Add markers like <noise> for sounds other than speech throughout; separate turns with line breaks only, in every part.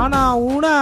ஆனா ஊனா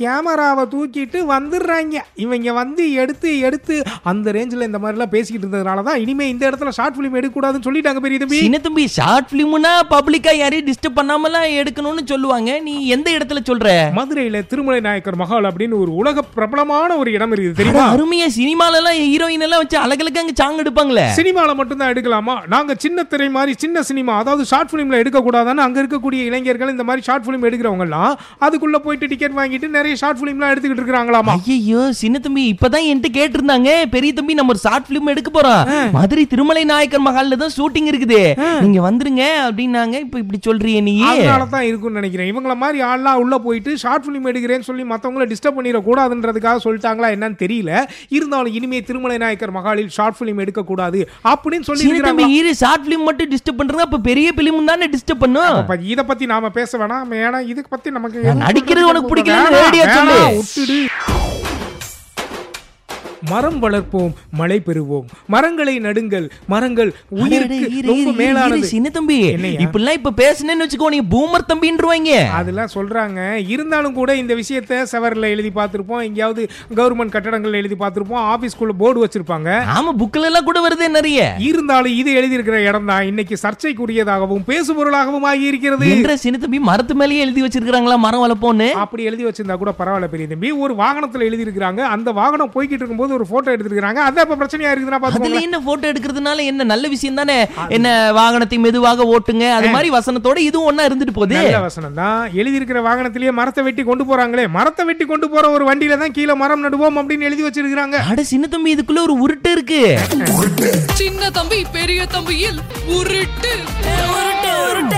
கேமராவை தூக்கிட்டு வந்துடுறாங்க இவங்க வந்து எடுத்து எடுத்து அந்த ரேஞ்சில் இந்த மாதிரிலாம் பேசிக்கிட்டு இருந்ததுனால தான் இனிமே இந்த இடத்துல ஷார்ட் ஃபிலிம் எடுக்கக்கூடாதுன்னு சொல்லிட்டாங்க பெரிய தம்பி
சின்ன தம்பி ஷார்ட் பிலிம்னா பப்ளிக்கா யாரையும் டிஸ்டர்ப் பண்ணாமலாம் எடுக்கணும்னு சொல்லுவாங்க நீ எந்த இடத்துல சொல்ற
மதுரையில திருமலை நாயக்கர் மஹால் அப்படின்னு ஒரு உலக பிரபலமான ஒரு இடம் இருக்குது தெரியுமா
அருமையா சினிமால எல்லாம் ஹீரோயின் எல்லாம் வச்சு அழகழகா அங்க சாங் எடுப்பாங்களே
சினிமாவில் மட்டும்தான் எடுக்கலாமா நாங்க சின்ன திரை மாதிரி சின்ன சினிமா அதாவது ஷார்ட் ஃபிலிமில் எடுக்கக்கூடாதுன்னு அங்க இருக்கக்கூடிய இளைஞர்கள் இந்த மாதிரி ஷார்ட் ஃபிலிம் எடுக்கிறவங்கலாம் அதுக்குள்ள போயிட்டு டிக்கெட் வாங்கிட்டு நிறைய ஷார்ட் ஃபிலிம்லாம் எடுத்துக்கிட்டு இருக்கிறாங்களாமா
ஐயோ சின்ன தம்பி இப்பதான் என்கிட்ட கேட்டிருந்தாங்க பெரிய தம்பி நம்ம ஒரு ஷார்ட் பிலிம் எடுக்க போறோம் மதுரை திருமலை நாயக்கர் மகால்ல தான் ஷூட்டிங் இருக்குது நீங்க வந்துருங்க அப்படின்னாங்க இப்ப இப்படி சொல்றியே நீ
அதனால தான் இருக்கும்னு நினைக்கிறேன் இவங்கள மாதிரி ஆள்லாம் உள்ள போயிட்டு ஷார்ட் ஃபிலிம் எடுக்கிறேன்னு சொல்லி மற்றவங்கள டிஸ்டர்ப் பண்ணிடக்கூடாதுன்றதுக்காக சொல்லிட்டாங்களா என்னன்னு தெரியல இருந்தாலும் இனிமே திருமலை நாயக்கர் மகாலில் ஷார்ட் ஃபிலிம் எடுக்கக்கூடாது அப்படின்னு சொல்லி
சின்ன தம்பி
இருக்கிறாங்க
ஹீரோ ஷார்ட் பிலிம் மட்டும் டிஸ்டர்ப் பண்றாங்க அப்ப பெரிய பிலிம் தானே டிஸ்டர்ப் பண்ணும்
இதை பத்தி நாம பேச வேணாம் ஏன்னா இதுக்கு பத்தி நமக்கு எதுவும்
நடிக்கிறது உனக்கு பிடிக்கல
வேணாம்,
ரேடியோ சொல்லு
வேணாம், விட்டுடு. மரம் வளர்ப்போம் மழை பெறுவோம் மரங்களை நடுங்கள் மரங்கள் உயிருக்கு
இரு, இரு,
ரொம்ப
இரு,
மேலானது
இரு, சின்ன தம்பி
என்னய்யா?
இப்படிலாம் இப்ப பேசுனேன்னு வச்சுக்கோ நீ பூமர் தம்பின்றுவாங்க
அதெல்லாம் சொல்றாங்க இருந்தாலும் கூட இந்த விஷயத்தை செவரில் எழுதி பார்த்துருப்போம் எங்கேயாவது கவர்மெண்ட் கட்டடங்கள்ல எழுதி பார்த்துருப்போம் ஆபீஸ்க்குள்ள போர்டு வச்சிருப்பாங்க
ஆமா புக்ல எல்லாம் கூட வருதே நிறைய
இருந்தாலும் இது எழுதியிருக்கிற இடம் தான் இன்னைக்கு சர்ச்சைக்குரியதாகவும் பேசுபொருளாகவும் ஆகி இருக்கிறது
என்ற சின்ன தம்பி மரத்து மேலேயே எழுதி வச்சிருக்காங்களா மரம் வளர்ப்போன்னு
அப்படி எழுதி வச்சிருந்தா கூட பரவாயில்ல பெரிய தம்பி ஒரு வாகனத்துல எழுதி இருக்கிறாங்க அந்த வாகனம் போய்கிட்டு இருக்கும்போது ஒரு போட்டோ எடுத்திருக்காங்க அதான் இப்ப பிரச்சனையா இருக்குதுன்னா பாத்துக்கோங்க
அதுல என்ன போட்டோ எடுக்கிறதுனால என்ன நல்ல விஷயம் தானே என்ன வாகனத்தை மெதுவாக ஓட்டுங்க அது மாதிரி வசனத்தோட இதுவும் ஒண்ணா இருந்துட்டு போகுது
நல்ல வசனம் தான் எழுதியிருக்கிற வாகனத்திலேயே மரத்தை வெட்டி கொண்டு போறாங்களே மரத்தை வெட்டி கொண்டு போற ஒரு வண்டியில தான் கீழே மரம் நடுவோம் அப்படின்னு எழுதி வச்சிருக்காங்க
அட சின்ன தம்பி இதுக்குள்ள ஒரு உருட்டு இருக்கு
சின்ன தம்பி பெரிய தம்பியில் உருட்டு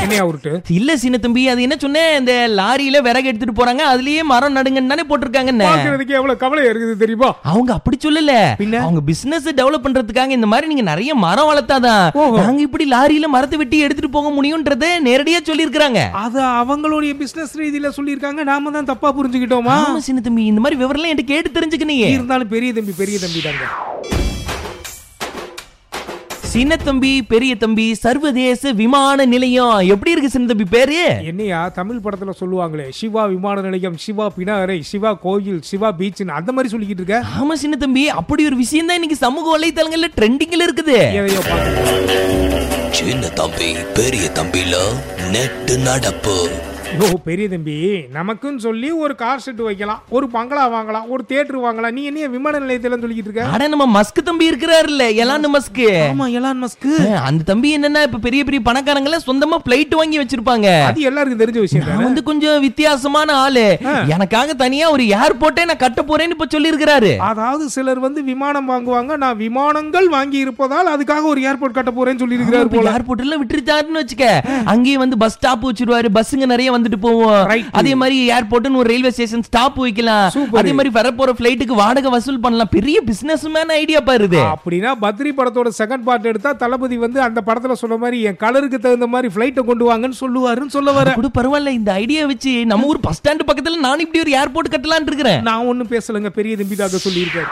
என்னையா உருட்டு
இல்ல சின்ன தம்பி அது என்ன சொன்னேன் இந்த லாரியில விறகு எடுத்துட்டு போறாங்க அதுலயே மரம் நடுங்கன்னு தானே போட்டிருக்காங்கன்னு
பாக்குறதுக்கு எவ்வளவு கவலையா இருக்குது தெரியுமா
அவங்க அப்படி சொல்லல
பின்ன?
அவங்க பிசினஸ் டெவலப் பண்றதுக்காக இந்த மாதிரி நீங்க நிறைய மரம் வளர்த்தாதான்
ஓஹோ.
நாங்க இப்படி லாரியில மரத்தை வெட்டி எடுத்துட்டு போக முடியும்ன்றத நேரடியா சொல்லியிருக்காங்க
அது அவங்களுடைய பிசினஸ் ரீதியில சொல்லியிருக்காங்க நாம தான் தப்பா புரிஞ்சுக்கிட்டோமா
ஆமா சின்ன தம்பி இந்த மாதிரி விவரம் எல்லாம் என்கிட்ட கேட்டு தெரிஞ்சுக்கணியே
இருந்தாலும் பெரிய தம்பி பெரிய தம்பி தாங்க
சின்ன தம்பி பெரிய தம்பி சர்வதேச விமான நிலையம் எப்படி இருக்கு சின்ன தம்பி பேரு
என்னையா தமிழ் படத்துல சொல்லுவாங்களே சிவா விமான நிலையம் சிவா பினாரை சிவா கோயில் சிவா பீச்னு அந்த மாதிரி சொல்லிக்கிட்டு இருக்க
ஆமா சின்ன தம்பி அப்படி ஒரு விஷயம் தான் இன்னைக்கு சமூக வலைத்தளங்கள்ல ட்ரெண்டிங்ல இருக்குது
எதையோ பார்க்க.
சின்ன தம்பி பெரிய தம்பில நெட்டு நடப்பு
ஐயோ பெரிய தம்பி நமக்குன்னு சொல்லி ஒரு கார் செட் வைக்கலாம் ஒரு பங்களா வாங்கலாம் ஒரு தியேட்டர் வாங்கலாம் நீ என்ன விமான நிலையத்துல சொல்லிக்கிட்டு இருக்க
ஆனா நம்ம மஸ்க் தம்பி இருக்கிறாருல்ல எலான் மஸ்க்
ஆமா எலான் மஸ்க்
அந்த தம்பி என்னன்னா இப்ப பெரிய பெரிய பணக்காரங்க எல்லாம் சொந்தமா பிளைட் வாங்கி வச்சிருப்பாங்க
அது எல்லாருக்கும் தெரிஞ்ச விஷயம்
நான் வந்து கொஞ்சம் வித்தியாசமான ஆளு எனக்காக தனியா ஒரு ஏர்போர்ட்டே நான் கட்ட போறேன்னு இப்ப சொல்லி இருக்கிறாரு
அதாவது சிலர் வந்து விமானம் வாங்குவாங்க நான் விமானங்கள் வாங்கி இருப்பதால் அதுக்காக ஒரு ஏர்போர்ட் கட்ட போறேன்னு சொல்லியிருக்கிறார் போல
ஏர்போர்ட் எல்லாம் விட்டுருச்சாருன்னு வச்சுக்க அங்கேயே வந்து பஸ் ஸ்டாப் வச்சிருவாரு பஸ்ஸுங்க நிறைய வந்துட்டு போவோம்
Right.
அதே மாதிரி ஏர்போர்ட்னு ஒரு ரயில்வே ஸ்டேஷன் ஸ்டாப் வைக்கலாம்
Super.
அதே மாதிரி வரப்போற பிளைட்டுக்கு வாடகை வசூல் பண்ணலாம் பெரிய பிசினஸ் மேன ஐடியா பாருது
அப்படின்னா பத்ரி படத்தோட செகண்ட் பார்ட் எடுத்தா தளபதி வந்து அந்த படத்துல சொன்ன மாதிரி என் கலருக்கு தகுந்த மாதிரி ஃபிளைட்டை கொண்டு வாங்கன்னு சொல்லுவாருன்னு சொல்ல வர
கூட பரவாயில்ல இந்த ஐடியா வச்சு நம்ம ஊர் பஸ் ஸ்டாண்ட் பக்கத்துல நானும் இப்படி ஒரு ஏர்போர்ட் கட்டலாம்னு இருக்கிறேன்
நான் ஒன்றும் பேசலைங்க பெரிய தம்பி தாக்க சொல்லியிருக்காரு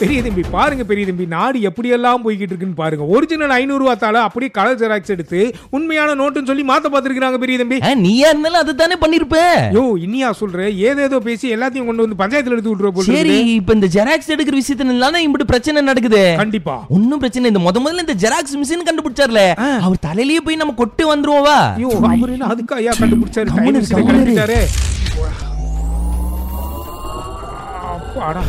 பெரிய தம்பி பாருங்க பெரிய தம்பி நாடு எப்படியெல்லாம் போய்கிட்டு இருக்குன்னு பாருங்க ஒரிஜினல் ஐநூறுவா தாள அப்படியே கலர் ஜெராக்ஸ் எடுத்து உண்மையான நோட்டுன்னு சொல்லி மாத்த பார்த்துருக்காங்க பெரிய
<laughs>
தம்பி
ஆ, நீயா இருந்தாலும் அதுதானே பண்ணிருப்ப
யோ இனியா சொல்ற ஏதேதோ பேசி எல்லாத்தையும் கொண்டு வந்து பஞ்சாயத்துல எடுத்து விட்டுற போல
சரி இப்ப இந்த ஜெராக்ஸ் எடுக்கிற விஷயத்துல இப்படி பிரச்சனை நடக்குது
கண்டிப்பா
ஒன்னும் பிரச்சனை இல்ல. இந்த முத முதல்ல இந்த ஜெராக்ஸ் மிஷின் கண்டுபிடிச்சார்ல அவர் தலையிலேயே போய் நம்ம கொட்டு வந்துருவோவா
ஐயோ அவர் என்ன அதுக்கு ஐயா கண்டுபிடிச்சாரு
கம்முனு
time
இரு,
machine
கம்முனு இரு.
கண்டுபிடிச்சாரு அப்பாடா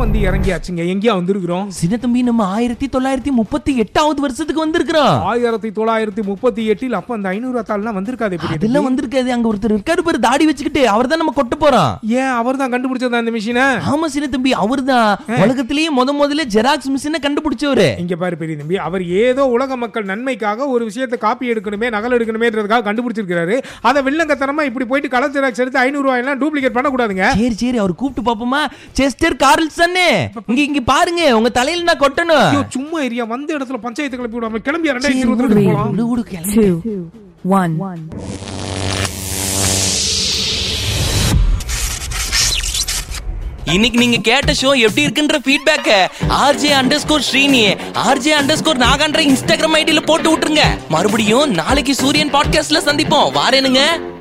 வந்து இறங்கியாச்சுங்க எங்கேயா வந்திருக்கிறோம்
சின்ன தம்பி நம்ம ஆயிரத்தி தொள்ளாயிரத்தி முப்பத்தி எட்டாவது வருஷத்துக்கு வந்திருக்கிறோம்
ஆயிரத்தி தொள்ளாயிரத்தி முப்பத்தி எட்டில் அப்ப அந்த ஐநூறு தாள்லாம் வந்திருக்காது பெரிய தம்பி.
அதெல்லாம் வந்திருக்காது அங்க ஒருத்தர் இருக்காரு பாரு தாடி வச்சுக்கிட்டு அவர்தான் நம்ம கொட்ட போறோம்
ஏன் அவர் தான் கண்டுபிடிச்சதா அந்த மிஷினை
ஆமா சின்ன தம்பி அவர்தான் உலகத்திலேயே முத முதல்ல ஜெராக்ஸ் மிஷினை கண்டுபிடிச்சவரு
இங்க பாரு பெரிய தம்பி அவர் ஏதோ உலக மக்கள் நன்மைக்காக ஒரு விஷயத்தை காப்பி எடுக்கணுமே நகல் எடுக்கணுமேன்றதுக்காக கண்டுபிடிச்சிருக்காரு அதை வில்லங்கத்தனமா இப்படி போயிட்டு கலர் ஜெராக்ஸ் எடுத்து ஐநூறு ரூபாயெல்லாம் டூப்ளிகேட் பண்ணக்கூடாதுங்க
சரி சரி அவர் கூப்பிட்டு பாப்போமா செஸ்டர் கார்ல்சன் இங்க இங்க பாருங்க உங்க தலையில நான் கொட்டணும்
ஐயோ, சும்மா ஏரியா வந்த இடத்துல பஞ்சாயத்து கிளப்பி விடாம கிளம்பி ரெண்டாயிரத்தி இருபத்தி போலாம்
விடு, விடு, கிளம்பு.
two, one.
இன்னைக்கு நீங்க கேட்ட ஷோ எப்படி இருக்குன்ற ஃபீட்பேக்க RJ underscore Srini RJ underscore நாகான்ற இன்ஸ்டாகிராம் ஐடியில போட்டு விட்டுருங்க மறுபடியும் நாளைக்கு சூரியன் பாட்காஸ்ட்ல சந்திப்போம் வாரேனுங்க